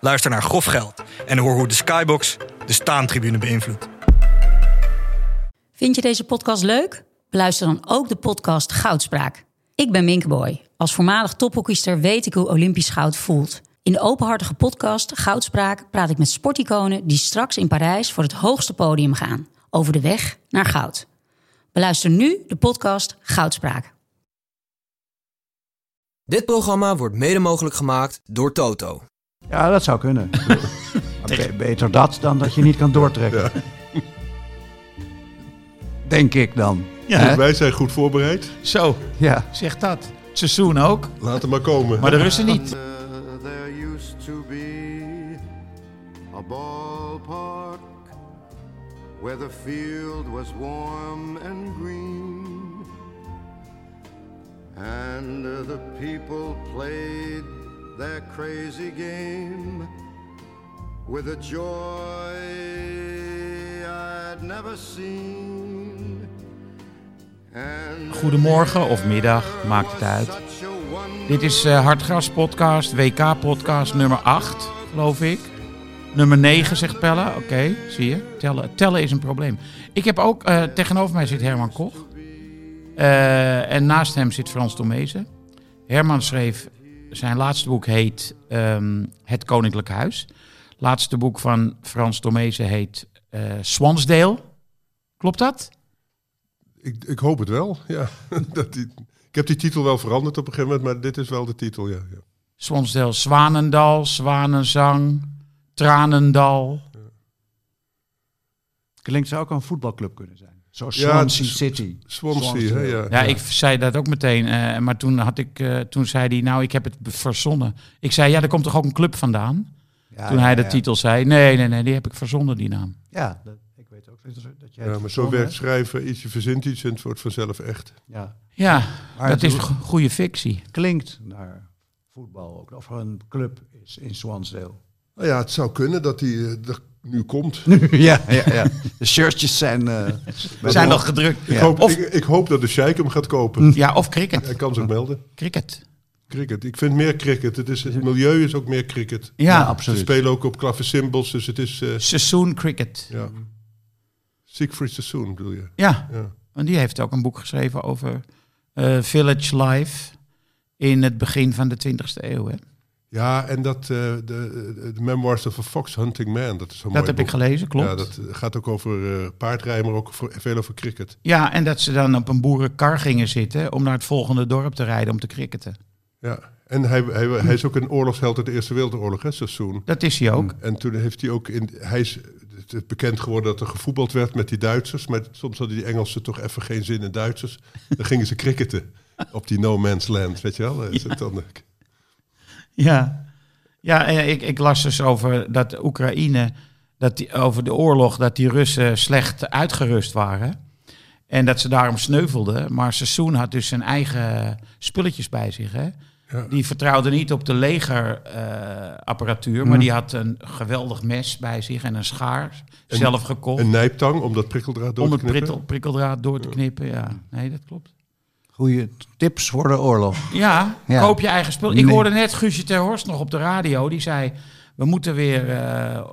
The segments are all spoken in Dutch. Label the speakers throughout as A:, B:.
A: Luister naar Grof Geld en hoor hoe de Skybox de staantribune beïnvloedt.
B: Vind je deze podcast leuk? Beluister dan ook de podcast Goudspraak. Ik ben Minkeboy. Als voormalig tophockeyster weet ik hoe Olympisch goud voelt. In de openhartige podcast Goudspraak praat ik met sporticonen die straks in Parijs voor het hoogste podium gaan. Over de weg naar goud. Beluister nu de podcast Goudspraak.
C: Dit programma wordt mede mogelijk gemaakt door Toto.
D: Ja, dat zou kunnen. Maar be- beter dat dan dat je niet kan doortrekken. Denk ik dan.
E: Ja, wij zijn goed voorbereid.
F: Zo,
D: Ja.
F: zeg dat. Het seizoen ook,
E: Laat hem maar komen.
F: maar de Russen niet.
G: Uh, there used to be a ballpark where the field was warm and green, and uh, the people played their crazy game with a joy I'd never seen. And
F: Goedemorgen of middag, maakt het uit. Dit is eh Hartgras Podcast, WK Podcast nummer 8, geloof ik. Nummer 9, zegt Pelle. Oké, zie je. Tellen, tellen is een probleem. Ik heb ook, eh, tegenover mij zit Herman Koch. Eh, en naast hem zit Frans Tomezen. Herman schreef, zijn laatste boek heet ehm, Het Koninklijk Huis. Laatste boek van Frans Tomezen heet eh Swansdale. Klopt dat?
E: Ik, ik hoop het wel. Ja, dat die, ik heb die titel wel veranderd op een gegeven moment, maar dit is wel de titel. Ja, ja.
F: Swonsdale, Zwanendal, Zwanenzang, Tranendal.
D: Klinkt zou ook een voetbalclub kunnen zijn. Zo
E: Ja,
D: Swansea
E: het is-
D: City.
E: Swansea, hè? Ja.
F: Ja, ik zei dat ook meteen. eh, maar toen, had ik, eh, toen zei hij, nou, ik heb het be- verzonnen. Ik zei, ja, er komt toch ook een club vandaan?
D: Ja,
F: toen hij
D: ja,
F: de
D: ja.
F: titel zei, nee, nee, nee, die heb ik verzonnen, die naam.
D: Ja, dat, ik weet ook dat, dat jij
E: Ja,
D: het
E: maar zo
D: verzonnen
E: werkt
D: hebt.
E: schrijven. Iets, je verzint iets en het wordt vanzelf echt.
D: Ja.
F: Ja,
D: Maar
F: dat
D: het
F: is go- goede fictie.
D: Klinkt naar voetbal ook. Of er een club is in Swansdale.
E: Nou ja, het zou kunnen dat die eh, er nu komt.
D: ja, ja, ja. De shirtjes zijn... eh,
F: We zijn nog gedrukt.
E: Ik,
D: Ja.
E: hoop,
F: Of- Mm.
E: ik, ik hoop dat de Sheik hem gaat kopen.
F: Ja, of cricket.
E: Hij kan zich melden.
F: Cricket.
E: Cricket. Ik vind meer cricket. Het, is, het milieu is ook meer cricket.
F: Ja,
D: Ja,
E: Ze
D: absoluut.
E: spelen ook op klavecymbals, dus het is... eh
F: Seizoen cricket.
E: ja. Siegfried Sassoon, bedoel je?
F: Ja,
E: Ja.
F: want die heeft ook een boek geschreven over eh, village life in het begin van de 20e eeuw, hè?
E: Ja, en dat eh, de, de Memoirs of a Fox Hunting Man, dat is zo'n
F: Dat
E: mooi
F: heb
E: boek.
F: ik gelezen, klopt.
E: Ja,
F: Ja,
E: dat eh, gaat ook over eh, paardrijden, maar ook voor, veel over cricket.
F: en dat ze dan op een boerenkar gingen zitten om naar het volgende dorp te rijden om te cricketen.
E: Ja. En hij, hij, hij is ook een oorlogsheld uit de Eerste Wereldoorlog, hè, Sassoon.
F: Dat is hij ook.
E: En toen heeft hij ook in. Hij is het is bekend geworden dat er gevoetbald werd met die Duitsers. Maar soms hadden die Engelsen toch even geen zin in Duitsers. Dan gingen ze cricketen op die no man's land, weet je wel. Eh, is het dan,
F: Ja, ja eh, ik, ik las dus over dat Oekraïne, dat die, over de oorlog, dat die Russen slecht uitgerust waren. En dat ze daarom sneuvelden. Maar Sassoon had dus zijn eigen spulletjes bij zich. Hè?
E: Ja.
F: Die vertrouwde niet op de legerapparatuur, maar
E: Hmm.
F: die had een geweldig mes bij zich en een schaar,
E: Een-
F: zelf gekocht.
E: een nijptang om dat prikkeldraad door
F: om het
E: te knippen.
F: prikkel, prikkeldraad door te knippen, ja. Nee, dat klopt.
D: Goede tips voor de oorlog.
F: Ja,
D: Ja.
F: koop je eigen spul. Ik
D: Nee.
F: hoorde net Guusje ter Horst nog op de radio. Die zei, we moeten weer eh, eh,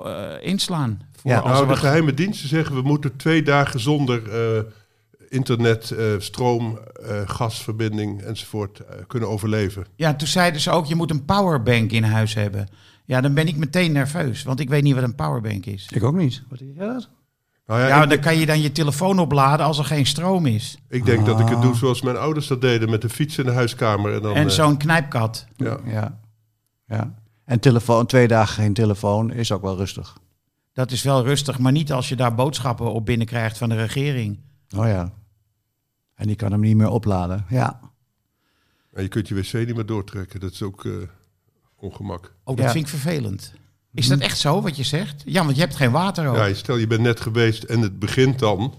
F: inslaan. Voor
D: Ja.
F: als er
E: Nou, de
F: wat-
E: geheime diensten zeggen we moeten twee dagen zonder eh, internet, eh, stroom, eh, gasverbinding enzovoort eh, kunnen overleven.
F: ja, toen zeiden ze ook, je moet een powerbank in huis hebben. Ja, dan ben ik meteen nerveus, want ik weet niet wat een powerbank is.
D: Ik ook niet. Wat is dat?
E: Nou ja,
F: Ja,
E: ik,
F: dan kan je dan je telefoon opladen als er geen stroom is.
E: ik denk dat ik het doe zoals mijn ouders dat deden met de fiets in de huiskamer. En, dan,
F: Ah. en
E: eh,
F: zo'n knijpkat.
E: ja.
D: Oh, Ja. ja. En telefoon, twee dagen geen telefoon is ook wel rustig.
F: Dat is wel rustig, maar niet als je daar boodschappen op binnenkrijgt van de regering.
D: Oh ja. En die kan hem niet meer opladen. Ja.
E: En je kunt je wc niet meer doortrekken. Dat is ook eh, ongemak.
F: Oh, dat
D: Ja.
F: vind ik vervelend. Is dat echt zo wat je zegt? Ja, want je hebt geen water over.
E: Ja, stel je bent net geweest en het begint dan.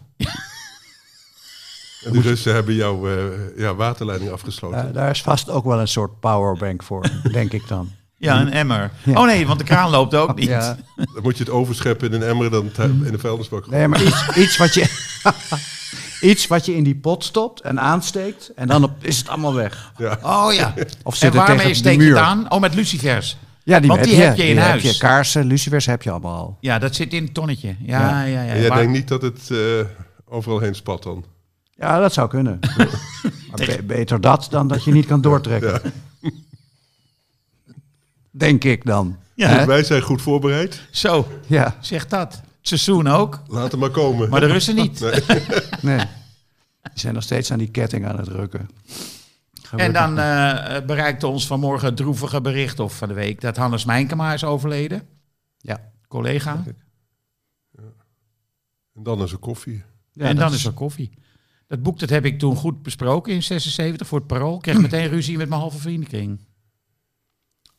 E: en de Russen hebben jouw eh, ja, waterleiding afgesloten.
D: Eh, daar is vast ook wel een soort powerbank voor, denk ik dan.
F: Ja, een emmer. Oh nee, want de kraan loopt ook niet.
D: Ja.
E: Dan moet je het overscheppen in een emmer en dan thu- in de vuilnisbak. gooien.
D: Nee, maar iets, iets, wat je, iets wat je in die pot stopt en aansteekt en dan op, is het allemaal weg.
E: Ja.
F: Oh ja.
D: Of zit
F: en
D: het tegen
F: waarmee
D: de
F: steek je
D: muur?
F: het aan? Oh, met lucifers.
D: Ja,
F: Want die heb je in
D: die
F: huis.
D: Heb je, kaarsen, lucifers heb je allemaal al.
F: Ja, dat zit in het tonnetje. Ja, ja,
D: Ja.
F: ja.
E: En jij
F: Maar
E: denkt niet dat het eh, overal heen spat dan?
D: Ja, dat zou kunnen. Maar be- beter dat dan dat je niet kan doortrekken.
E: Ja.
D: Denk ik dan.
F: Ja.
D: Hè?
E: Wij zijn goed voorbereid.
F: Zo,
D: Ja,
F: zeg dat. Het seizoen ook,
E: Laat het maar komen.
F: maar de Russen niet.
D: nee. Die zijn nog steeds aan die ketting aan het rukken.
F: En
D: Gelukkig.
F: dan eh, bereikte ons vanmorgen het droevige bericht of van de week dat Hannes Mijnkema is overleden.
D: Ja.
F: Collega.
E: En dan is er koffie.
D: Ja,
F: en
D: dat
F: dan is er koffie. Dat boek dat heb ik toen goed besproken in 76 voor het parool. Ik kreeg meteen ruzie met mijn halve vriendenkring.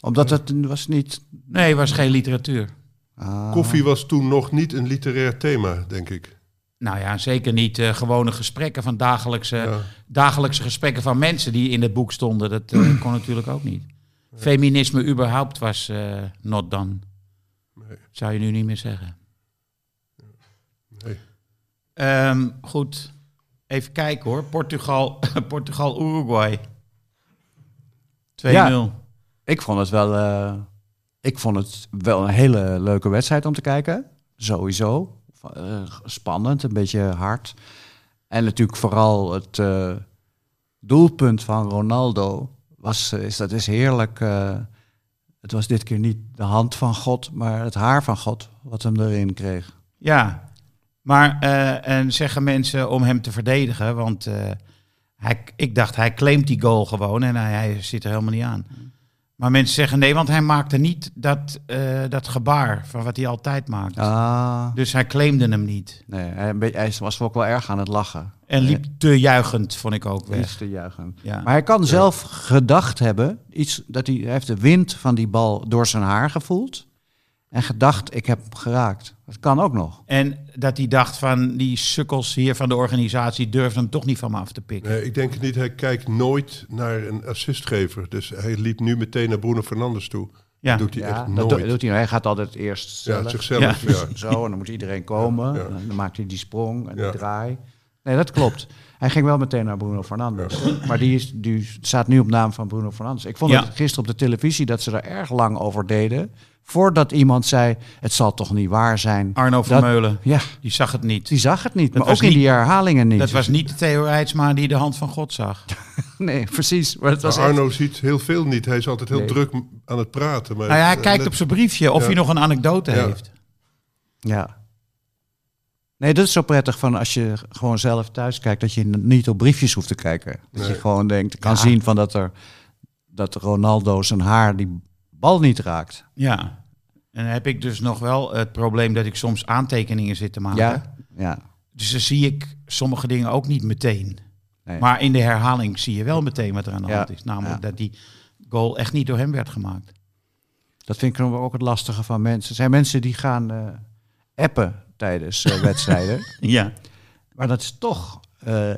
D: Omdat het was niet...
F: Nee, was geen literatuur.
D: Ah.
E: Koffie was toen nog niet een literair thema, denk ik.
F: Nou ja, zeker niet eh, gewone gesprekken van dagelijkse,
E: Ja.
F: dagelijkse gesprekken van mensen die in het boek stonden. Dat eh, kon natuurlijk ook niet. Feminisme überhaupt was eh, not done. Zou je nu niet meer zeggen.
E: Nee.
F: Ehm, goed, even kijken hoor. Portugal, Portugal Uruguay. 2-0.
D: Ik vond het wel... eh, ik vond het wel een hele leuke wedstrijd om te kijken. Sowieso. Eh, spannend, een beetje hard. En natuurlijk vooral het eh, doelpunt van Ronaldo. Was, eh, is, dat is heerlijk. eh, het was dit keer niet de hand van God, maar het haar van God wat hem erin kreeg.
F: Ja, maar eh, en zeggen mensen om hem te verdedigen, want eh, hij, ik dacht hij claimt die goal gewoon en hij, hij zit er helemaal niet aan.
D: Mm.
F: Maar mensen zeggen nee, want hij maakte niet dat, eh, dat gebaar van wat hij altijd maakt.
D: Ah,
F: Dus hij claimde hem niet.
D: nee, hij, een beetje- hij was ook wel erg aan het lachen.
F: En liep te juichend, vond ik ook
D: Iets
F: weg.
D: te juichen.
F: Ja.
D: Maar hij kan zelf gedacht hebben, iets, dat hij, hij heeft de wind van die bal door zijn haar gevoeld. En gedacht, ik heb hem geraakt. Dat kan ook nog.
F: En dat hij dacht van die sukkels hier van de organisatie durfden hem toch niet van me af te pikken.
E: Nee, ik denk het niet. Hij kijkt nooit naar een assistgever. Dus hij liep nu meteen naar Bruno Fernandes toe.
F: Ja.
E: Dat doet hij echt
D: dat
E: nooit.
D: doet- doet hij, hij gaat altijd eerst zelf.
E: ja, zichzelf.
F: Ja.
E: Ja.
D: Zo, en dan moet iedereen komen.
E: Ja, ja.
D: En dan maakt hij die sprong en
E: Ja.
D: die draai. Nee, dat klopt. Hij ging wel meteen naar Bruno Fernandes. Maar die, is, die staat nu op naam van Bruno Fernandes. Ik vond
F: Ja.
D: het gisteren op de televisie dat ze er erg lang over deden. Voordat iemand zei, het zal toch niet waar zijn.
F: Arno van
D: Dat-
F: Meulen,
D: Ja,
F: die zag het niet.
D: die zag het niet.
F: Dat
D: maar
F: was
D: ook in
F: niet-
D: die herhalingen niet.
F: Dat was niet de Theo Rijtsma die de hand van God zag.
D: Nee, precies. Maar het was
E: Maar
D: echt-
E: Arno ziet heel veel niet. Hij is altijd heel
D: Nee.
E: druk m- aan het praten. Maar
F: Nou ja, hij
E: eh,
F: kijkt
E: net-
F: op zijn briefje of
E: Ja.
F: hij nog een anekdote
E: Ja.
F: heeft.
D: Ja. Nee, dat is zo prettig van als je gewoon zelf thuis kijkt, dat je n- niet op briefjes hoeft te kijken. Dat je
E: Nee.
D: gewoon denkt, kan zien van dat, er, dat Ronaldo zijn haar die bal niet raakt.
F: Ja. En dan heb ik dus nog wel het probleem dat ik soms aantekeningen zit te maken.
D: Ja, ja.
F: Dus dan zie ik sommige dingen ook niet meteen.
D: Nee.
F: Maar in de herhaling zie je wel meteen wat er aan de
D: Ja.
F: hand is. Namelijk
D: Ja.
F: dat die goal echt niet door hem werd gemaakt.
D: Dat vind ik dan ook het lastige van mensen. Er zijn mensen die gaan eh, appen tijdens eh, wedstrijden.
F: Ja.
D: Maar dat is toch. eh,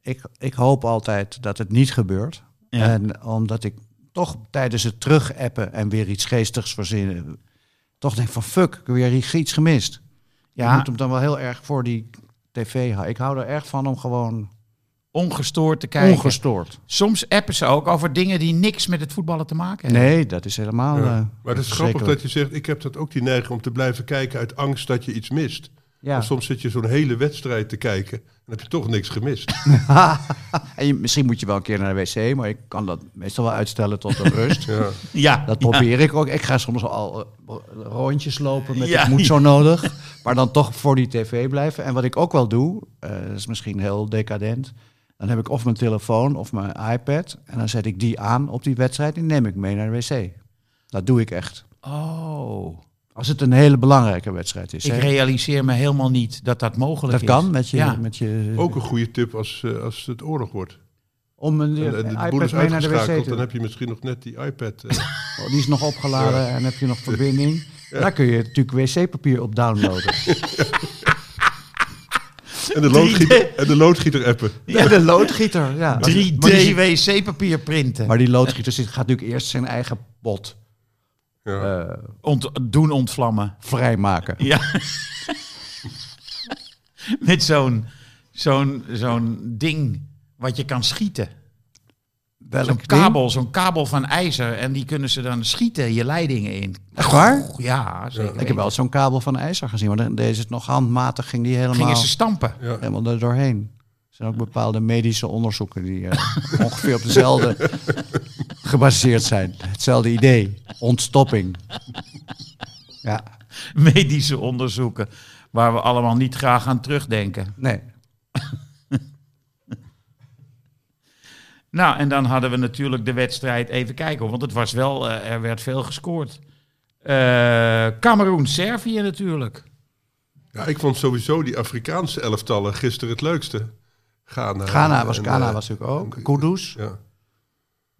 D: ik, ik hoop altijd dat het niet gebeurt.
F: Ja.
D: En omdat ik toch tijdens het terugappen en weer iets geestigs verzinnen. toch denk van fuck, ik heb weer iets gemist. Ja. Je
F: Ja,
D: moet hem dan wel heel erg voor die tv houden. Ik hou er erg van om gewoon
F: ongestoord te kijken.
D: ongestoord.
F: soms appen ze ook over dingen die niks met het voetballen te maken hebben.
D: Nee, dat is helemaal.
E: Ja.
D: eh,
E: Maar het is grappig
D: verschrikkelijk.
E: dat je zegt, ik heb dat ook die neiging om te blijven kijken uit angst dat je iets mist.
D: Ja.
E: Want Soms zit je zo'n hele wedstrijd te kijken en heb je toch niks gemist.
D: En je- misschien moet je wel een keer naar de wc, maar ik kan dat meestal wel uitstellen tot de rust.
E: Ja.
F: Ja,
D: Dat probeer ik ook. Ik ga soms al eh, rondjes lopen met
F: Ja.
D: ik moet zo nodig. Maar dan toch voor die tv blijven. En wat ik ook wel doe, eh, dat is misschien heel decadent. Dan heb ik of mijn telefoon of mijn iPad. En dan zet ik die aan op die wedstrijd. Die neem ik mee naar de wc. Dat doe ik echt.
F: Oh.
D: Als het een hele belangrijke wedstrijd is.
F: Ik
D: hè.
F: realiseer me helemaal niet dat dat mogelijk
D: Dus dat
F: is.
D: kan met je.
F: Ja.
D: Met je
E: Ook een goede tip als, eh, als het oorlog wordt.
D: om een,
E: En,
D: een
E: en de boel
D: iPad
E: is
D: mee naar de wc te
E: uitgeschakeld, dan heb je misschien nog net die iPad. eh.
D: Oh, Die is nog opgeladen en heb je nog verbinding. Daar kun je natuurlijk wc-papier op downloaden.
E: En de loodgieter, en de loodgieter appen.
D: Ja, de loodgieter. Ja. Maar die-
F: 3D wc-papier printen.
D: Maar die loodgieter zit, gaat natuurlijk eerst zijn eigen pot
E: Ja.
F: Ont- doen ontvlammen.
D: vrijmaken.
F: Ja. Met zo'n zo'n zo'n ding wat je kan schieten.
D: Welk
F: Zo'n
D: ding?
F: kabel, zo'n kabel van ijzer. En die kunnen ze dan schieten je leidingen in.
D: Echt waar?
F: Ja, zeker.
D: Ik heb wel eens zo'n kabel van ijzer gezien, maar dan- deze is nog handmatig, ging die helemaal,
F: Gingen ze stampen.
D: helemaal er doorheen. Er zijn ook bepaalde medische onderzoeken die eh, ongeveer op dezelfde gebaseerd zijn. Hetzelfde idee, ontstopping. Ja,
F: Medische onderzoeken. Waar we allemaal niet graag aan terugdenken.
D: nee.
F: Nou, en dan hadden we natuurlijk de wedstrijd even kijken. hoor, Want het was wel, eh, er werd veel gescoord. Eh Cameroen, Servië natuurlijk.
E: Ja, ik vond sowieso die Afrikaanse elftallen gisteren het leukste. Ghana.
D: Ghana was,
E: en,
D: Ghana
E: eh,
D: was natuurlijk ook. Kudus.
E: Ja.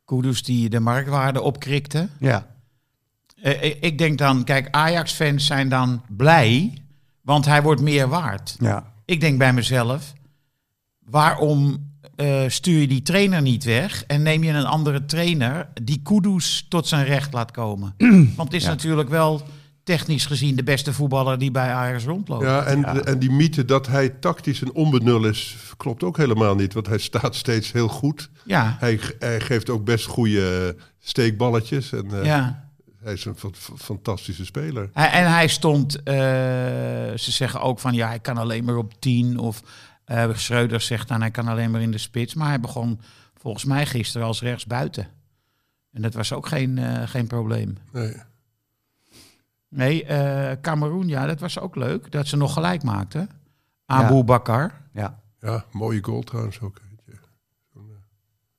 F: Kudus die de marktwaarde opkrikte.
D: Ja.
F: Eh, ik- ik denk dan, kijk, Ajax-fans zijn dan blij, want hij wordt meer waard.
D: ja.
F: Ik denk bij mezelf, waarom eh, stuur je die trainer niet weg en neem je een andere trainer die Kudus tot zijn recht laat komen? want het is
D: Ja.
F: natuurlijk wel technisch gezien de beste voetballer die bij Ajax rondloopt.
E: Ja, en, de- en die mythe dat hij tactisch een onbenul is, klopt ook helemaal niet. Want hij staat steeds heel goed.
F: ja.
E: Hij, ge- hij geeft ook best goede eh, steekballetjes. En eh,
F: ja.
E: hij is een fa- fa- fantastische speler.
F: Hij- En hij stond, eh, ze zeggen ook van ja, hij kan alleen maar op 10. Of eh Schreuder zegt dan hij kan alleen maar in de spits. Maar hij begon volgens mij gisteren als rechtsbuiten. En dat was ook geen, eh, geen probleem.
E: Nee.
F: Nee, eh Cameroen, ja, dat was ook leuk. Dat ze nog gelijk maakten. Abu Bakar.
D: ja.
E: Ja, mooie goal trouwens ook.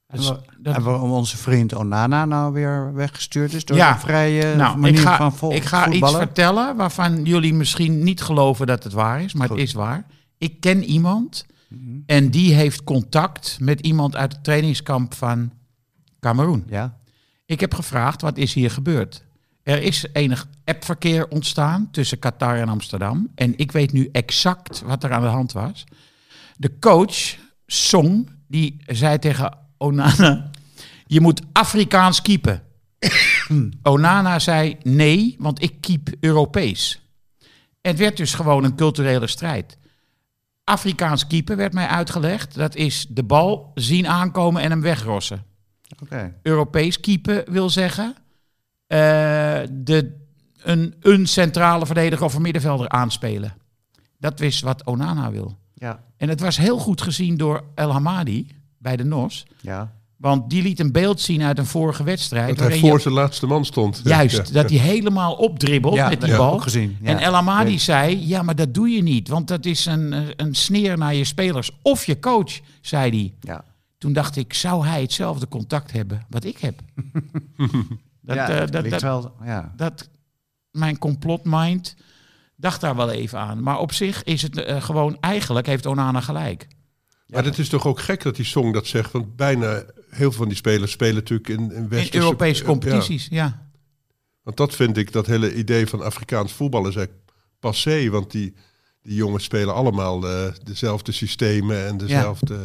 F: Dat is-
D: Hebben we-
F: dat-
D: Hebben we onze vriend Onana nou weer weggestuurd is door
F: Ja.
D: een vrije
F: nou, ik
D: manier
F: ga,
D: van vol-
F: ik ga iets
D: voetballen?
F: vertellen waarvan jullie misschien niet geloven dat het waar is. Maar
D: Goed. Mhm.
F: het is waar. Ik ken iemand En die heeft contact met iemand uit het trainingskamp van Cameroen.
D: Ja,
F: Ik heb gevraagd, wat is hier gebeurd? Er is enig appverkeer ontstaan tussen Qatar en Amsterdam. En ik weet nu exact wat er aan de hand was. De coach, Song, die zei tegen Onana... Je moet Afrikaans keepen. Onana zei nee, want ik keep Europees. Het werd dus gewoon een culturele strijd. Afrikaans keeper werd mij uitgelegd. Dat is de bal zien aankomen en hem wegrossen.
D: oké.
F: Europees keeper wil zeggen eh, de, een, een centrale verdediger of een middenvelder aanspelen. Dat is wat Onana wil.
D: Ja,
F: En het was heel goed gezien door El Hamadi bij de NOS.
D: ja.
F: Want die liet een beeld zien uit een vorige wedstrijd.
E: Dat hij
F: waarin je-
E: voor zijn laatste man stond.
F: Juist,
E: Ja.
F: dat hij helemaal opdribbelt
D: Ja,
F: met
D: dat
F: die
D: heb ik
F: bal.
D: ook gezien, ja.
F: En El Amadi
D: Ja.
F: zei, ja, maar dat doe je niet. Want dat is een, eh, een sneer naar je spelers. Of je coach, zei hij.
D: Ja.
F: Toen dacht ik, zou hij hetzelfde contact hebben wat ik heb? dat,
D: ja,
F: eh,
D: het
F: dat,
D: ligt
F: dat,
D: wel, ja.
F: dat- mijn complotmind dacht daar wel even aan. Maar op zich is het eh, gewoon, eigenlijk heeft Onana gelijk.
E: Maar het is toch ook gek dat die Song dat zegt. Want bijna heel veel van die spelers spelen natuurlijk in, in
F: In
E: westerse...
F: Europese
E: ja.
F: competities, ja.
E: Want dat vind ik, dat hele idee van Afrikaans voetbal is eigenlijk passé. Want die, die jongens spelen allemaal eh, dezelfde systemen en dezelfde...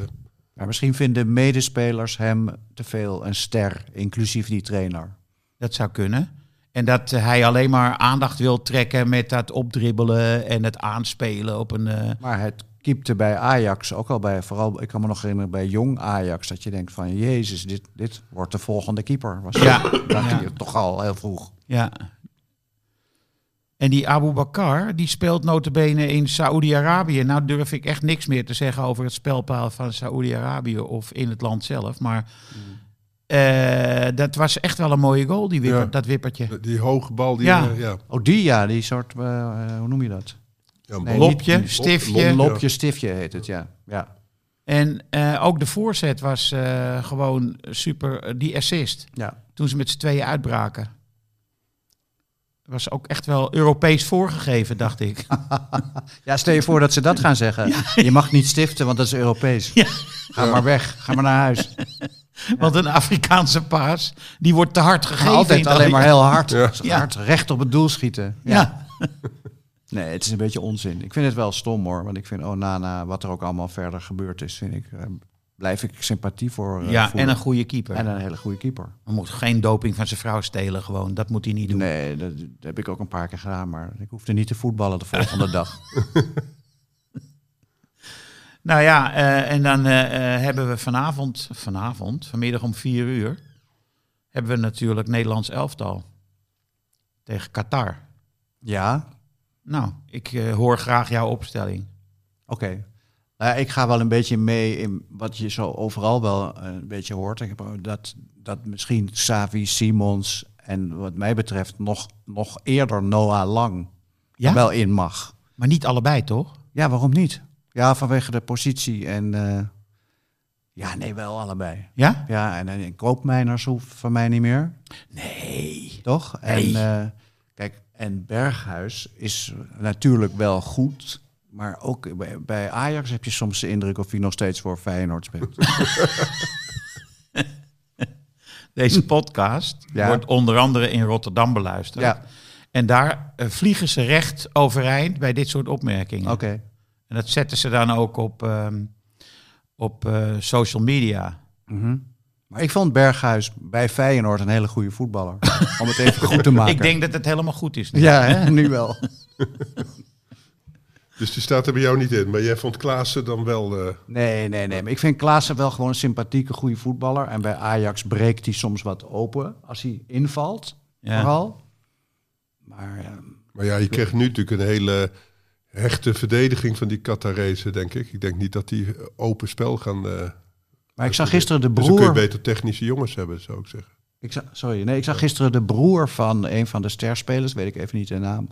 D: Maar misschien vinden medespelers hem te veel een ster, inclusief die trainer.
F: Dat zou kunnen. En dat eh, hij alleen maar aandacht wil trekken met dat opdribbelen en het aanspelen op een... eh,
D: Maar het kiepte bij Ajax, ook al bij, vooral, ik kan me nog herinneren bij jong Ajax, dat je denkt van, jezus, dit, dit wordt de volgende keeper. Was
F: Ja.
D: dacht
F: Ja.
D: je toch al heel vroeg.
F: ja. En die Abu Bakar, die speelt notabene in Saoedi-Arabië. Nou durf ik echt niks meer te zeggen over het spelpaal van Saoedi-Arabië of in het land zelf. Maar
E: Mm.
F: eh, dat was echt wel een mooie goal, die wipper,
E: Ja.
F: dat wippertje.
E: Die hoge bal, die...
F: Ja.
E: eh, ja.
D: Oh, die ja, die soort, eh, hoe noem je dat?
E: Ja, een
D: Nee,
E: bal-
F: Lopje,
E: een
F: stiftje.
E: lop-
D: Lopje, stiftje heet het, ja. Ja,
F: En eh, ook de voorzet was eh, gewoon super, eh, die assist.
D: ja.
F: toen ze met z'n tweeën uitbraken. Was ook echt wel Europees voorgegeven, dacht ik.
D: ja stel je voor dat ze dat gaan zeggen. Je mag niet stiften, want dat is Europees. Ga maar weg, ga maar naar huis.
F: Want een Afrikaanse paas, die wordt te hard gegeven.
D: Altijd
F: in
D: alleen maar heel hard.
E: Ja.
D: Hard recht op het doel schieten.
F: Ja. Ja.
D: Nee, het is een beetje onzin. Ik vind het wel stom hoor. Want ik vind, oh na, na wat er ook allemaal verder gebeurd is, vind ik, eh, blijf ik sympathie voor. eh, voelen.
F: en een goede keeper.
D: En een hele goede keeper.
F: Hij moet geen doping van zijn vrouw stelen gewoon. Dat moet hij niet doen.
D: Nee, dat, dat heb ik ook een paar keer gedaan, maar ik hoefde niet te voetballen de volgende dag.
F: Nou ja, eh, en dan eh, eh, hebben we vanavond, vanavond, vanmiddag om vier uur, hebben we natuurlijk Nederlands elftal tegen Qatar.
D: Ja,
F: Nou, ik eh, hoor graag jouw opstelling.
D: Oké. Nou ja, ik ga wel een beetje mee in wat je zo overal wel eh, een beetje hoort. Ik heb ook dat, dat misschien Xavi, Simons en wat mij betreft nog, nog eerder Noah Lang
F: Ja?
D: er wel in mag.
F: Maar niet allebei, toch?
D: Ja, waarom niet? Ja, vanwege de positie en... eh, ja, nee, wel allebei.
F: Ja?
D: Ja, en, en Koopmijners hoeft van mij niet meer.
F: Nee.
D: Toch? En,
F: Nee.
D: eh, kijk, en Berghuis is natuurlijk wel goed. Maar ook bij, bij Ajax heb je soms de indruk of hij nog steeds voor Feyenoord speelt.
F: Deze podcast
D: Ja.
F: wordt onder andere in Rotterdam beluisterd.
D: ja,
F: En daar eh, vliegen ze recht overeind bij dit soort opmerkingen.
D: oké.
F: En dat zetten ze dan ook op, ehm, op eh, social media.
D: Mhm. Maar ik vond Berghuis bij Feyenoord een hele goede voetballer. Om het even goed te maken.
F: Ik denk dat het helemaal goed is. nu.
D: Ja, hè? nu wel.
E: Dus die staat er bij jou niet in. Maar jij vond Klaassen dan wel... eh,
D: Nee, nee, nee. Maar ik vind Klaassen wel gewoon een sympathieke, goede voetballer. En bij Ajax breekt hij soms wat open als hij invalt,
F: Ja.
D: vooral. Maar ehm,
E: maar ja, je kreeg nu natuurlijk een hele hechte verdediging van die Qatarese, denk ik. Ik denk niet dat die open spel gaan... eh,
D: Maar ik zag gisteren de
E: Dus dan kun je
D: broer.
E: beter technische jongens hebben, zou ik zeggen.
D: Ik zag, sorry, nee, ik zag gisteren de broer van een van de sterspelers, weet ik even niet de naam.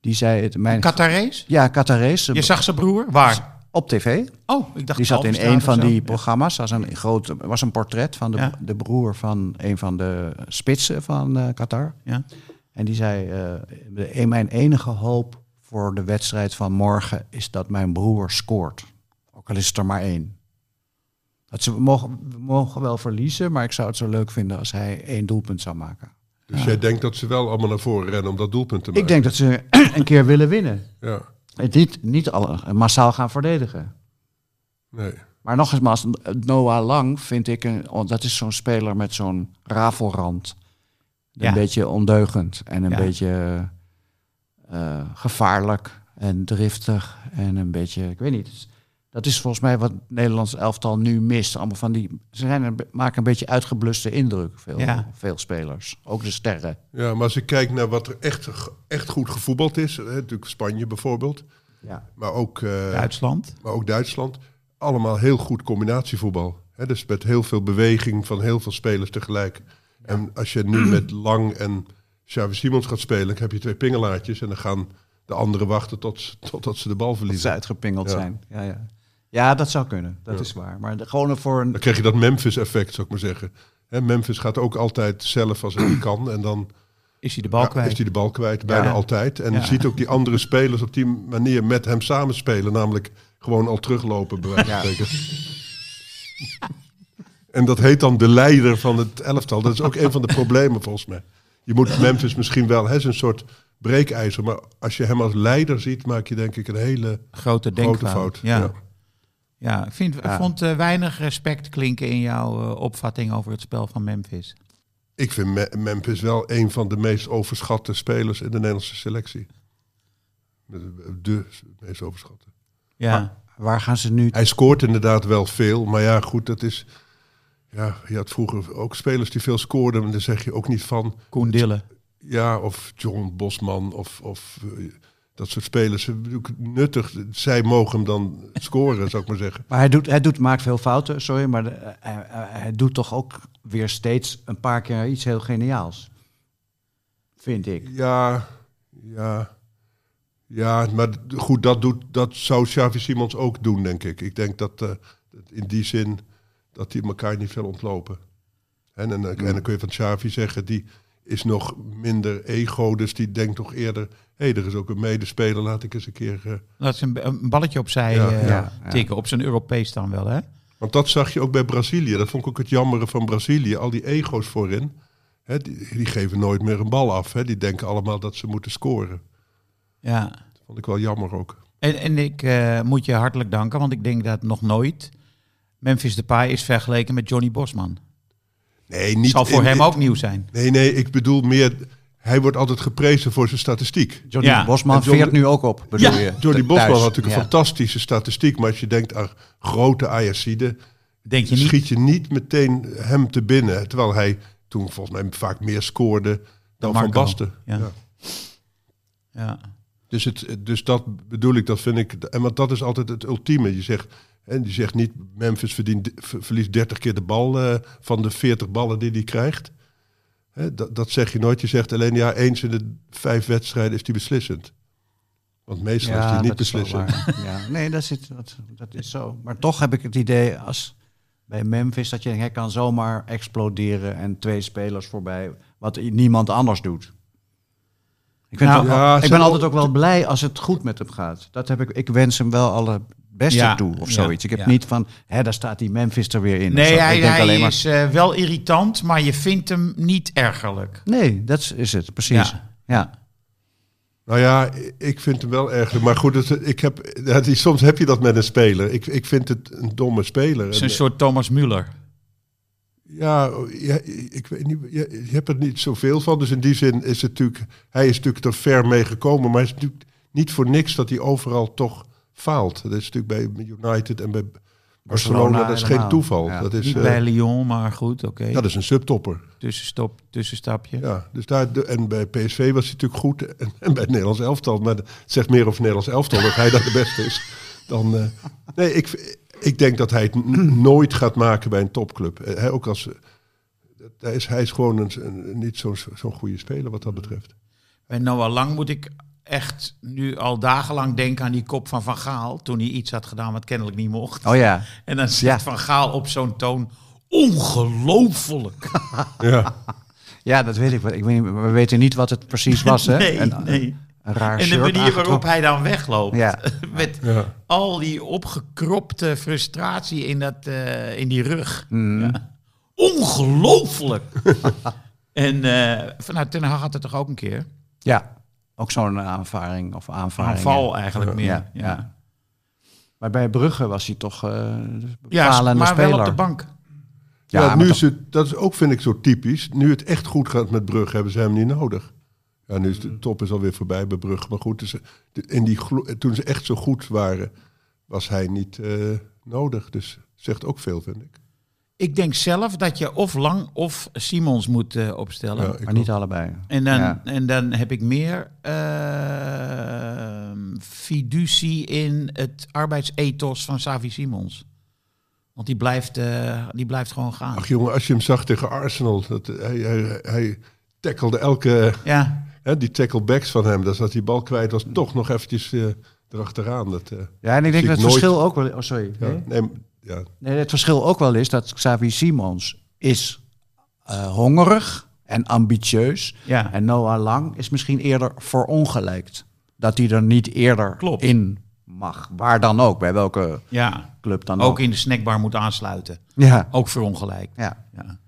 D: Die zei het. Mijn,
F: Qatarese?
D: ja, Catarese.
F: Je zag zijn broer? Waar?
D: Op tv.
F: Oh, ik dacht
D: Die zat in
F: Kalverstraat
D: een
F: of
D: van
F: zo.
D: die programma's. Dat was een, groot, was een portret van de,
F: Ja.
D: de broer van een van de spitsen van eh, Qatar.
F: Ja.
D: En die zei: eh, de- Mijn enige hoop voor de wedstrijd van morgen is dat mijn broer scoort. Ook al is het er maar één. Dat ze we mogen, we mogen wel verliezen, maar ik zou het zo leuk vinden als hij één doelpunt zou maken.
E: Dus jij denkt dat ze wel allemaal naar voren rennen om dat doelpunt te maken?
D: Ik denk dat ze een keer willen winnen.
E: Ja,
D: Het niet, niet alle, massaal gaan verdedigen.
E: nee.
D: Maar nog eens, Noah Lang vind ik, een, oh, dat is zo'n speler met zo'n rafelrand.
F: Ja.
D: Een beetje ondeugend en een
F: Ja.
D: beetje eh, gevaarlijk en driftig en een beetje, ik weet niet. Dus Dat is volgens mij wat het Nederlands elftal nu mist. Allemaal van die, ze zijn een, be- maken een beetje uitgebluste indruk, veel,
F: Ja.
D: veel spelers. Ook de sterren.
E: Ja, maar als ik kijk naar wat er echt, echt goed gevoetbald is, hè, natuurlijk Spanje bijvoorbeeld,
D: Ja.
E: maar ook, eh,
F: Duitsland.
E: maar ook Duitsland, allemaal heel goed combinatievoetbal. Hè, dus met heel veel beweging van heel veel spelers tegelijk. En als je nu met Lang en Xavi Simons gaat spelen, dan heb je twee pingelaartjes en dan gaan de anderen wachten tot, ze- totdat ze de bal
D: Dat
E: verliezen.
D: ze uitgepingeld
E: Ja.
D: zijn. Ja, ja. ja, dat zou kunnen. Dat is waar. Maar de- gewoon voor een
E: Dan krijg je dat Memphis-effect, zou ik maar zeggen. Hè, Memphis gaat ook altijd zelf als hij kan en dan...
F: Is hij de bal
E: Ja,
F: kwijt?
E: Is hij de bal kwijt, bijna
F: Ja.
E: altijd. En
F: Ja.
E: je ziet ook die andere spelers op die manier met hem samenspelen. Namelijk gewoon al teruglopen, bij wijze van spreken. En dat heet dan de leider van het elftal. Dat is ook een van de problemen volgens mij. Je moet Memphis misschien wel, hij is een soort breekijzer. Maar als je hem als leider ziet, maak je denk ik een hele
F: Grote
E: grote
F: denkfout.
E: fout.
F: Ja.
E: Ja.
F: Ja. ik, vind, ik
D: Ja.
F: vond eh, weinig respect klinken in jouw eh, opvatting over het spel van Memphis.
E: Ik vind Me- Memphis wel een van de meest overschatte spelers in de Nederlandse selectie. De meest overschatte.
F: Ja.
D: Waar gaan ze nu?
E: Hij scoort inderdaad wel veel, maar ja, goed, dat is. Ja, je had vroeger ook spelers die veel scoorden, maar dan zeg je ook niet van.
F: Ah, Koen Dillen.
E: Ja, of John Bosman of, of eh, dat soort spelers. Ik bedoel, Nuttig, zij mogen hem dan scoren, zou ik maar zeggen.
D: Maar hij, doet, hij doet, maakt veel fouten, sorry, maar de- eh, hij, hij- hij doet toch ook weer steeds een paar keer iets heel geniaals. Vind ik.
E: Ja, ja. Ja, maar d- goed, dat, doet, dat zou Xavi Simons ook doen, denk ik. Ik denk dat, eh, dat in die zin dat die elkaar niet veel ontlopen. En, en, dan- en dan kun je van Xavi zeggen, die is nog minder ego, dus die denkt toch eerder... hé, hey, er is ook een medespeler, laat ik eens een keer... eh,
F: Dat is een, een balletje opzij
E: Ja,
F: eh,
D: ja, ja.
F: tikken. Op zijn Europees dan wel, hè?
E: Want dat zag je ook bij Brazilië. Dat vond ik ook het jammeren van Brazilië. Al die ego's voorin, hè, die, die geven nooit meer een bal af. Hè. Die denken allemaal dat ze moeten scoren.
F: Ja.
E: Dat vond ik wel jammer ook.
F: En, en ik eh, moet je hartelijk danken, want ik denk dat nog nooit Memphis Depay is vergeleken met Johnny Bosman.
E: Nee, niet
F: Zal voor
E: in-
F: hem
E: in-
F: ook nieuw zijn.
E: Nee, nee, ik bedoel meer... Hij wordt altijd geprezen voor zijn statistiek.
D: Johnny
F: Ja.
D: Bosman
E: En John-
D: veert nu ook op, bedoel
F: Ja.
D: je?
E: Jordi
D: Th-
E: Bosman
D: thuis.
E: had
D: Ja.
E: natuurlijk een fantastische statistiek. Maar als je denkt aan grote Ajaxiden,
F: Denk je niet?
E: schiet je niet meteen hem te binnen. Terwijl hij toen volgens mij vaak meer scoorde dan Van
F: Marco.
E: Basten.
F: Ja.
E: Ja.
F: Ja.
E: Dus, het, dus dat bedoel ik, dat vind ik. En want dat is altijd het ultieme. Je zegt, en je zegt niet, Memphis verdient, ver- verliest 30 keer de bal eh, van de 40 ballen die hij krijgt. Hè, dat, dat zeg je nooit. Je zegt alleen ja, eens in de vijf wedstrijden is die beslissend. Want meestal is die niet
D: dat is wel
E: beslissend.
D: waar. Ja, nee, dat, zit, dat, dat is zo. Maar toch heb ik het idee als bij Memphis dat je hij kan zomaar exploderen en twee spelers voorbij, wat i- niemand anders doet. Ik, vind
F: Nou,
D: het wel-
E: ja,
D: ik
E: ze-
D: ben altijd ook wel blij als het goed met hem gaat. Dat heb ik, ik wens hem wel alle beste
F: Ja,
D: toe of
F: ja,
D: zoiets. Ik heb
F: ja.
D: niet van, hè, daar staat die Memphis er weer in. of zo.
F: Nee, hij,
D: ik denk
F: hij
D: alleen maar,
F: is eh, wel irritant, maar je vindt hem niet ergerlijk.
D: Nee, dat is- is het, precies.
F: Ja.
D: Ja.
E: Nou ja, ik vind hem wel erg. Maar goed, het, ik heb, ja, die- soms heb je dat met een speler. Ik, ik vind het een domme speler.
F: Het is een
E: En,
D: eh,
F: soort Thomas Müller.
E: Ja, ja, ik weet niet, je, je hebt er niet zoveel van. Dus in die zin is het natuurlijk, hij is natuurlijk er ver mee gekomen. Maar het is natuurlijk niet voor niks dat hij overal toch faalt. Dat is natuurlijk bij United en bij Barcelona, dat is geen
D: helemaal.
E: toeval.
D: Ja,
E: dat, is,
F: Niet
E: eh,
F: bij Lyon, maar goed, oké.
E: dat is een subtopper.
F: Tussenstop, tussenstapje.
E: Ja, dus daar, de- en bij PSV was hij natuurlijk goed. En, en bij het Nederlands elftal. Maar het zegt meer over het Nederlands elftal dat hij daar de beste is. Dan, eh, nee, ik, ik denk dat hij het n- nooit gaat maken bij een topclub. Eh, Hij, ook als, eh, hij, is, hij is gewoon een, een- niet zo'n zo'n goede speler wat dat betreft.
F: Bij Noah nou, Lang moet ik echt nu al dagenlang denken aan die kop van Van Gaal. Toen hij iets had gedaan wat kennelijk niet mocht.
D: Oh ja.
F: En dan zit
D: Ja.
F: Van Gaal op zo'n toon. Ongelooflijk.
E: Ja.
D: ja, dat weet ik wel. Ik weet niet, we weten niet wat het precies was. Hè?
F: Nee,
D: Een-
F: nee.
D: Een raar
F: En de
D: shirt
F: manier waarop
D: aangetrokken.
F: hij dan wegloopt.
D: Ja.
F: Met
E: Ja.
F: al die opgekropte frustratie in, dat, eh, in die rug. Ja. Ongelooflijk! en eh vanuit Ten Hag had het toch ook een keer?
D: Ja, ook zo'n aanvaring of aanvaring.
F: Aanval eigenlijk meer. Ja,
D: Ja, ja. Maar bij Brugge was hij toch eh de
F: Ja,
D: bepalende
F: maar
D: speler.
F: wel op de bank.
E: Ja,
D: Ja, maar
E: nu
D: dat-
E: is het, dat is ook, vind ik, zo typisch. Nu het echt goed gaat met Brugge, hebben ze hem niet nodig. Ja, nu is
D: Mm.
E: de top is alweer voorbij bij Brugge. Maar goed, dus, eh, de- in die, glo- eh, toen ze echt zo goed waren, was hij niet eh, nodig. Dus zegt ook veel, vind ik.
F: Ik denk zelf dat je of Lang of Simons moet eh, opstellen.
E: Ja, ik
D: Maar niet allebei.
F: En dan,
D: Ja.
F: en dan heb ik meer eh, fiducie in het arbeidsethos van Savi Simons. Want die blijft, eh, die blijft gewoon gaan.
E: Ach jongen, als je hem zag tegen Arsenal, dat, eh, hij, hij, hij tackelde elke,
F: Ja,
E: hè, die tacklebacks van hem. Dus dat die bal kwijt was, toch nog eventjes eh, erachteraan. Dat, eh,
D: Ja, en ik denk
E: ik
D: dat het
E: nooit-
D: verschil ook wel... Oh, sorry.
E: ja,
D: Nee?
E: nee, ja,
D: Nee, het verschil ook wel is dat Xavi Simons is eh, hongerig en ambitieus.
F: Ja.
D: En Noah Lang is misschien eerder verongelijkt. Dat hij er niet eerder
F: Klopt.
D: in mag. Waar dan ook, bij welke
F: ja.
D: club dan ook.
F: Ook in de snackbar moet aansluiten.
D: Ja,
F: Ook verongelijkt.
D: ja.
F: Ja.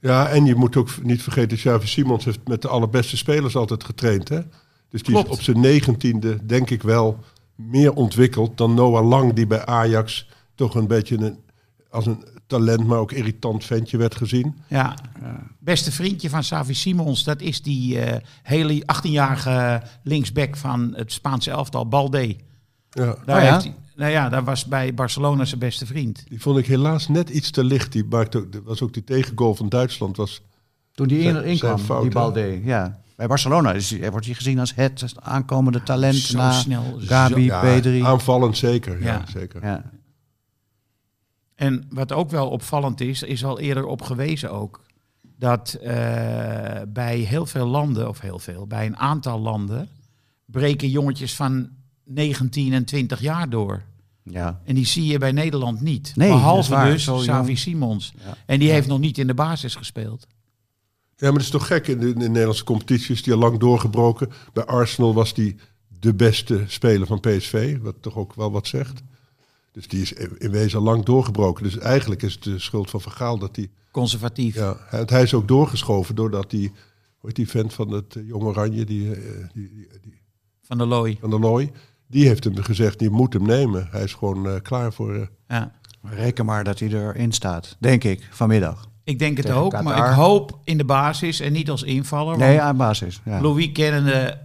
E: Ja, en je moet ook niet vergeten, Xavi Simons heeft met de allerbeste spelers altijd getraind. Hè? Dus die
F: Klopt.
E: is op zijn negentiende, denk ik wel, meer ontwikkeld dan Noah Lang, die bij Ajax toch een beetje een, als een talent, maar ook irritant ventje werd gezien.
F: Ja. Beste vriendje van Savi Simons, dat is die eh, hele 18-jarige linksback van het Spaanse elftal, Balde.
E: Ja,
F: Daar
D: Oh ja?
F: heeft hij, nou ja, daar was bij Barcelona zijn beste vriend.
E: die vond ik helaas net iets te licht. Die maakte ook, was ook die tegengoal van Duitsland. Was,
D: Toen die
E: Zijn-
D: in- erin
E: zijn
D: kwam,
E: fout,
D: die
E: hè?
D: bal deed. Ja. Bij Barcelona is, hij- wordt hij gezien als het aankomende talent
F: Zo
D: na
F: snel,
D: Gabi,
E: ja,
D: Pedri.
E: aanvallend zeker. Ja,
F: Ja.
E: zeker.
D: Ja.
F: En wat ook wel opvallend is, is al eerder op gewezen ook, dat eh, bij heel veel landen, of heel veel, bij een aantal landen, breken jongetjes van 19 en 20 jaar door.
D: Ja.
F: En die zie je bij Nederland niet.
D: Nee, dat is
F: Behalve
D: waar,
F: dus
D: zo jong.
F: Savi Simons. En die heeft nog niet in de basis gespeeld.
E: Ja, maar dat is toch gek. In de, in de Nederlandse competitie is die al lang doorgebroken. Bij Arsenal was die de beste speler van PSV, wat toch ook wel wat zegt. Dus die is in in wezen al lang doorgebroken. Dus eigenlijk is het de schuld van Van Gaal dat hij...
F: Conservatief.
E: Ja, want hij is ook doorgeschoven doordat die... Hoe heet die vent van het eh, Jong Oranje, die, eh, die, die, die-
F: Van de looi.
E: van der Looy... Die heeft hem gezegd, je moet hem nemen. Hij is gewoon eh, klaar voor... eh,
F: Ja.
D: Reken maar dat hij erin staat, denk ik, vanmiddag.
F: Ik denk het
D: Tegen
F: ook, maar
D: Qatar.
F: ik hoop in de basis en niet als invaller. want
D: Nee, aan basis. Ja.
F: Louis kennende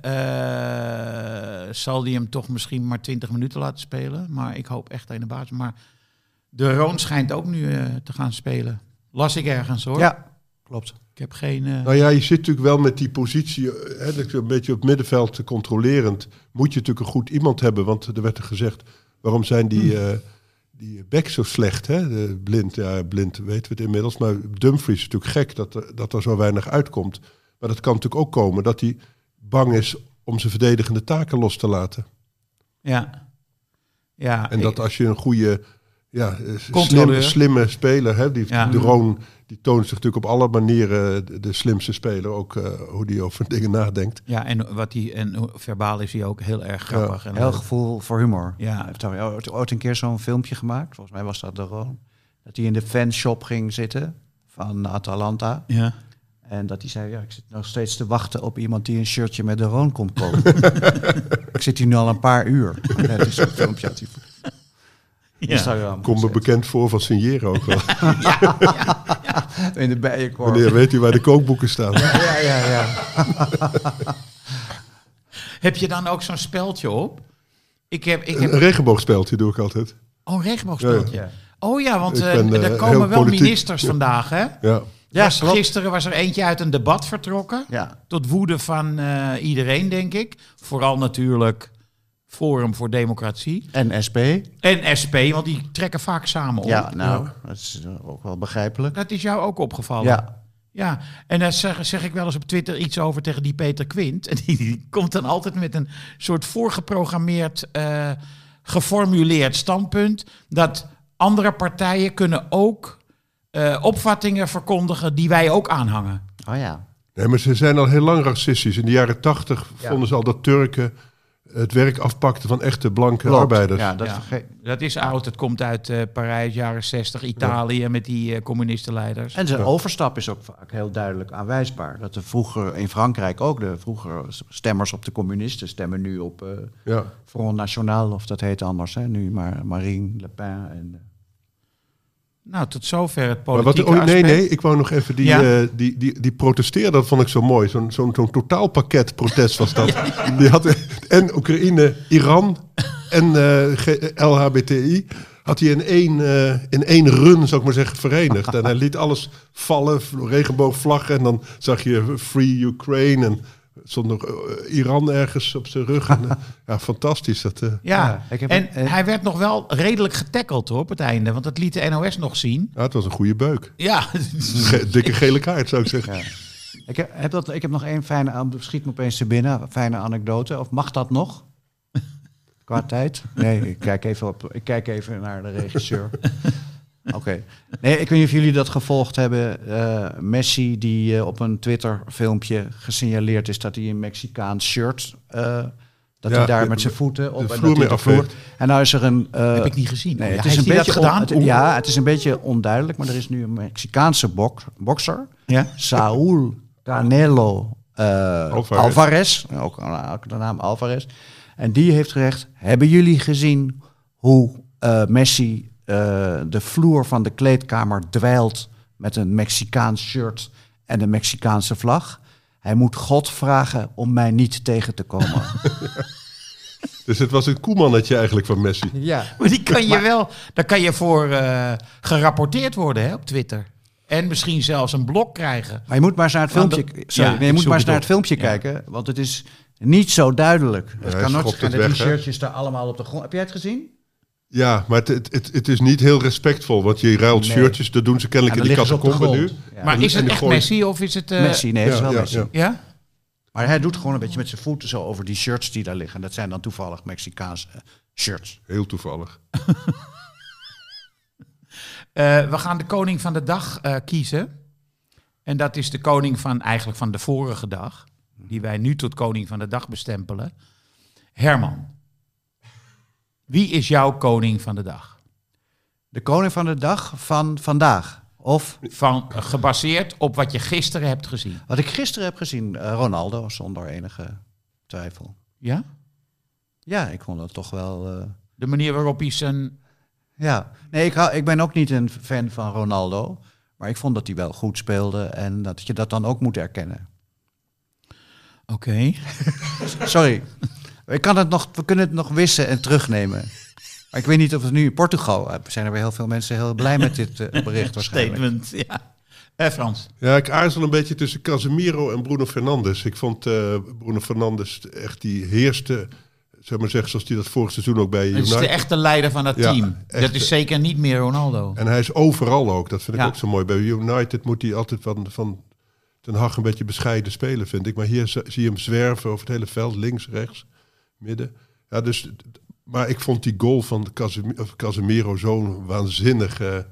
F: eh, zal die hem toch misschien maar 20 minuten laten spelen. Maar ik hoop echt in de basis. Maar de Roon schijnt ook nu eh, te gaan spelen. Las ik ergens hoor.
D: Ja, klopt.
F: Ik heb geen... eh,
E: Nou ja, je zit natuurlijk wel met die positie, eh, hè, dat een beetje op het middenveld eh, controlerend, moet je natuurlijk een goed iemand hebben. Want er werd er gezegd, waarom zijn die, eh, die backs zo slecht? Hè? De blind, ja, blind weten we het inmiddels. Maar Dumfries is natuurlijk gek dat er, dat er zo weinig uitkomt. Maar dat kan natuurlijk ook komen dat hij bang is om zijn verdedigende taken los te laten.
F: Ja. Ja,
E: En dat
F: ik-
E: als je een goede, ja, eh, s-
F: Controleur.
E: slim, slimme speler hebt, die
F: Ja.
E: de Roon, die toont zich natuurlijk op alle manieren de- de slimste speler, ook eh, hoe die over dingen nadenkt.
F: ja en, wat die, en hoe- verbaal is hij ook heel erg grappig. en
D: Heel
F: leuk.
D: gevoel voor humor.
F: Ja.
D: Hij heeft daar ooit- ooit een keer zo'n filmpje gemaakt. Volgens mij was dat de Roon. Dat hij in de fanshop ging zitten van Atalanta.
F: Ja.
D: En dat hij zei, ja, ik zit nog steeds te wachten op iemand die een shirtje met de Roon komt kopen. ik zit hier nu al een paar uur. Ja, het is zo'n filmpje uit die Instagram.
E: Komt me
D: gezet.
E: bekend voor van signeren ook wel.
D: In de bijenkorf.
E: Wanneer weet u waar de kookboeken staan?
D: Ja, ja, ja.
F: Heb je dan ook zo'n speldje op? Ik heb, ik
E: Een
F: heb
E: regenboogspeldje doe ik altijd.
F: oh, een regenboogspeldje.
D: Ja, ja.
F: Oh ja, want
E: Ik
F: eh,
E: ben, eh,
F: er
E: heel
F: komen wel
E: politiek.
F: ministers vandaag, hè?
E: Ja.
D: Ja,
F: Was-
D: klopt.
F: gisteren was er eentje uit een debat vertrokken.
D: Ja.
F: Tot woede van eh, iedereen, denk ik. Vooral natuurlijk Forum voor Democratie.
D: En SP.
F: En SP, want die trekken vaak samen op.
D: Ja, nou, dat is eh, ook wel begrijpelijk.
F: Dat is jou ook opgevallen.
D: Ja,
F: Ja, en daar zeg, zeg ik wel eens op Twitter iets over tegen die Peter Quint. En die, die komt dan altijd met een soort voorgeprogrammeerd, eh, geformuleerd standpunt. Dat andere partijen kunnen ook eh, opvattingen verkondigen die wij ook aanhangen.
D: oh ja.
E: Nee, maar ze zijn al heel lang racistisch. In de jaren tachtig vonden ze al dat Turken het werk afpakten van echte blanke
D: Klopt.
E: arbeiders.
D: Ja, dat
F: Ja.
D: vergeet-
F: Dat is oud, het komt uit eh, Parijs, jaren 60, Italië met die eh, communistenleiders.
D: En zijn overstap is ook vaak heel duidelijk aanwijsbaar. Dat de vroeger in Frankrijk ook de vroeger stemmers op de communisten stemmen nu op eh
E: Ja.
D: Front National of dat heet anders. Hè? Nu maar Marine Le Pen. En, eh,
F: Nou, tot zover het
E: Maar
F: politieke
E: wat, oh, nee,
F: aspect.
E: nee, ik wou nog even die,
F: Ja.
E: eh, die, die, die protesteer, dat vond ik zo mooi. Zo'n zo'n zo'n totaalpakket protest was dat. Die had, en Oekraïne, Iran en eh, G- LHBTI had hij in één, eh, in één run, zou ik maar zeggen, verenigd. En hij liet alles vallen, v- regenboogvlaggen. En dan zag je Free Ukraine en er stond nog eh, Iran ergens op zijn rug. En, eh, ja, fantastisch. Dat, eh.
F: Ja,
D: Ja, ik heb
F: en
D: een- een-
F: hij werd nog wel redelijk getackeld hoor, op het einde. Want dat liet de NOS nog zien.
E: ja, het was een goede beuk.
F: Ja,
E: Ge- dikke gele kaart, zou ik zeggen.
D: Ik, heb, heb dat, ik heb nog één fijne, aan- schiet me opeens te binnen, fijne anekdote. Of mag dat nog? Qua tijd? Nee, ik kijk even, op, ik kijk even naar de regisseur. Oké. Nee, ik weet niet of jullie dat gevolgd hebben. Eh, Messi, die eh, op een Twitter-filmpje gesignaleerd is dat hij een Mexicaans shirt... eh, dat
E: Ja,
D: hij daar
E: de-
D: met zijn voeten op
E: de
D: en
E: vloer
D: dat hij
E: mee
D: de
E: afveegt.
D: En nou is er een... eh,
F: heb ik niet gezien.
D: Nee,
F: Ja,
D: het is
F: heeft
D: een
F: hij
D: beetje
F: dat gedaan?
D: on- het- ja, het is een beetje onduidelijk, maar er is nu een Mexicaanse bok, bokser.
F: Ja.
D: Saúl Canelo eh,
E: Alvarez.
D: Alvarez. Ook, een- ook de naam Alvarez. En die heeft gezegd, hebben jullie gezien hoe eh, Messi eh, de vloer van de kleedkamer dweilt met een Mexicaans shirt en een Mexicaanse vlag? Hij moet God vragen om mij niet tegen te komen.
E: Dus het was een koemannetje eigenlijk van Messi.
D: ja.
F: Maar die kan je wel, daar kan je voor eh, gerapporteerd worden hè, op Twitter. En misschien zelfs een blok krijgen.
D: Maar je moet maar eens naar het
F: Want
D: filmpje,
F: Oh, dat-
D: sorry,
F: ja,
D: nee, je
F: ik
D: moet
F: zoek
D: maar eens
F: het
D: naar het
F: op.
D: filmpje kijken, want het is niet zo duidelijk. het
E: hij
D: kan nooit
E: schopt
D: zijn
E: het
D: dat die
E: weg, hè?
D: shirtjes daar allemaal op de grond... Heb jij het gezien?
E: Ja, maar het, het, het, het is niet heel respectvol. Want je ruilt
D: Nee.
E: shirtjes, dat doen ze kennelijk
D: En
E: in de
D: dan liggen ze op de
E: catacomben nu.
D: grond. Ja.
F: maar is
E: en
F: het
E: die
F: echt
E: gooien-
F: Messi of is het... eh,
D: Messi, nee, dat is
E: ja,
D: wel
E: ja,
D: Messi.
E: ja.
F: Ja?
D: Maar hij doet gewoon een beetje met zijn voeten zo over die shirts die daar liggen. Dat zijn dan toevallig Mexicaanse shirts.
E: Heel toevallig.
F: Eh, we gaan de koning van de dag eh, kiezen. En dat is de koning van eigenlijk van de vorige dag. Die wij nu tot koning van de dag bestempelen. Herman. Wie is jouw koning van de dag?
D: De koning van de dag van vandaag. Of
F: Van, eh, gebaseerd op wat je gisteren hebt gezien.
D: wat ik gisteren heb gezien, eh, Ronaldo, zonder enige twijfel.
F: Ja?
D: Ja, ik vond dat toch wel... eh,
F: De manier waarop hij zijn...
D: Ja, nee, ik, hou, ik ben ook niet een fan van Ronaldo. Maar ik vond dat hij wel goed speelde en dat je dat dan ook moet erkennen.
F: Oké.
D: Sorry, ik kan het nog, we kunnen het nog wissen en terugnemen. Maar ik weet niet of het nu in Portugal... eh, zijn er weer heel veel mensen heel blij met dit eh, bericht waarschijnlijk.
F: Statement, ja. Eh, Frans.
E: Ja, ik aarzel een beetje tussen Casemiro en Bruno Fernandes. Ik vond eh, Bruno Fernandes echt die heerste, zeg maar zeggen, zoals hij dat vorig seizoen ook bij
F: Dat is de
E: United.
F: echte leider van dat
E: Ja, eh,
F: team. Dat
E: echte.
F: is zeker niet meer Ronaldo.
E: En hij is overal ook, dat vind ik
F: Ja.
E: ook zo mooi. Bij United moet hij altijd van, van Den Haag een beetje bescheiden spelen, vind ik. Maar hier z- zie je hem zwerven over het hele veld, links, rechts, midden. Ja, dus, maar ik vond die goal van Casem- of Casemiro zo'n waanzinnige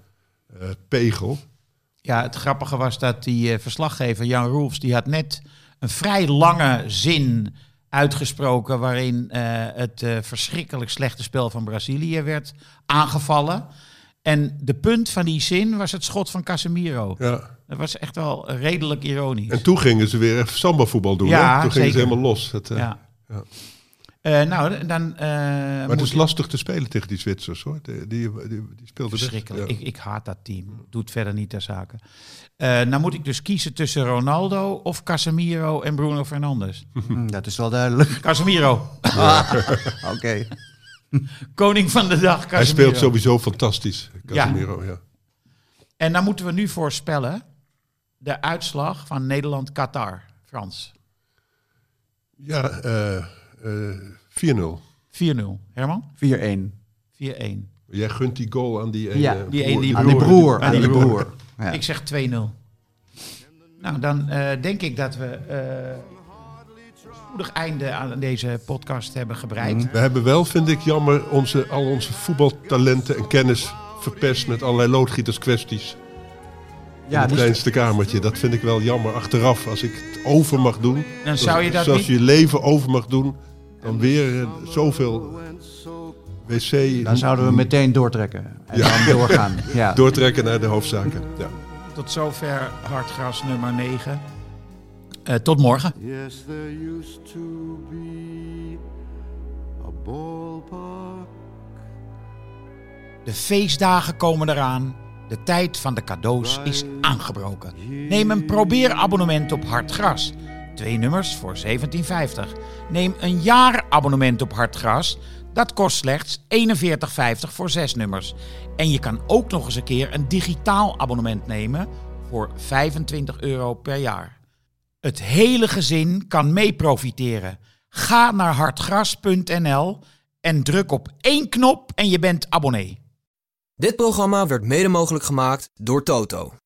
E: eh, pegel.
F: Ja, het grappige was dat die eh, verslaggever Jan Roelfs, die had net een vrij lange zin uitgesproken waarin eh, het eh, verschrikkelijk slechte spel van Brazilië werd aangevallen. En de punt van die zin was het schot van Casemiro.
E: Ja.
F: Dat was echt wel redelijk ironisch.
E: En toen gingen ze weer even samba-voetbal doen.
F: Ja,
E: hè? Toen gingen ze
F: zeker.
E: helemaal los. Het, eh,
F: ja.
E: ja.
F: Eh, nou, dan. eh,
E: Maar
F: moet
E: het is
F: ik-
E: lastig te spelen tegen die Zwitsers hoor. Die, die, die, die speelden best,
F: Verschrikkelijk.
E: ja.
F: Ik, ik haat dat team. Doet verder niet ter zake. Eh nou moet ik dus kiezen tussen Ronaldo of Casemiro en Bruno Fernandes.
D: Hm, dat is wel duidelijk.
F: Casemiro.
D: Oké.
F: Koning van de dag, Casemiro.
E: Hij speelt sowieso fantastisch, Casemiro. Ja.
F: En dan moeten we nu voorspellen de uitslag van Nederland-Qatar, Frans.
E: Ja, eh, eh, 4-0.
F: 4-0. Herman?
D: 4-1.
F: 4-1. Ik
E: Jij gunt die goal aan die ene
D: Ja,
E: broer.
F: die ene die-
D: Aan die broer. Aan die
E: broer.
D: broer. Ja.
F: zeg 2-0. Nou, dan eh, denk ik dat we eh, een spoedig einde aan deze podcast hebben gebreid.
E: We hebben wel, vind ik jammer, onze, al onze voetbaltalenten en kennis verpest met allerlei loodgieterskwesties. Ja,
D: Ja,
E: het
D: die-
E: kleinste kamertje. Dat vind ik wel jammer. Achteraf, als ik het over mag doen.
F: Dan zou je dat
E: Zoals
F: niet-
E: je leven over mag doen. Dan weer eh, zoveel wc...
D: dan zouden we meteen doortrekken. En dan doorgaan. Ja.
E: Doortrekken naar de hoofdzaken. Ja.
F: Tot zover Hartgras nummer 9. Eh, tot morgen.
G: Yes, there used to be a ballpark.
F: De feestdagen komen eraan. De tijd van de cadeaus is aangebroken. Neem een probeerabonnement op Hartgras. Twee nummers voor 17,50. Neem een jaarabonnement op Hartgras. Dat kost slechts 41,50 voor zes nummers. En je kan ook nog eens een keer een digitaal abonnement nemen voor 25 euro per jaar. Het hele gezin kan mee profiteren. Ga naar hartgras.nl en druk op één knop en je bent abonnee.
C: Dit programma werd mede mogelijk gemaakt door Toto.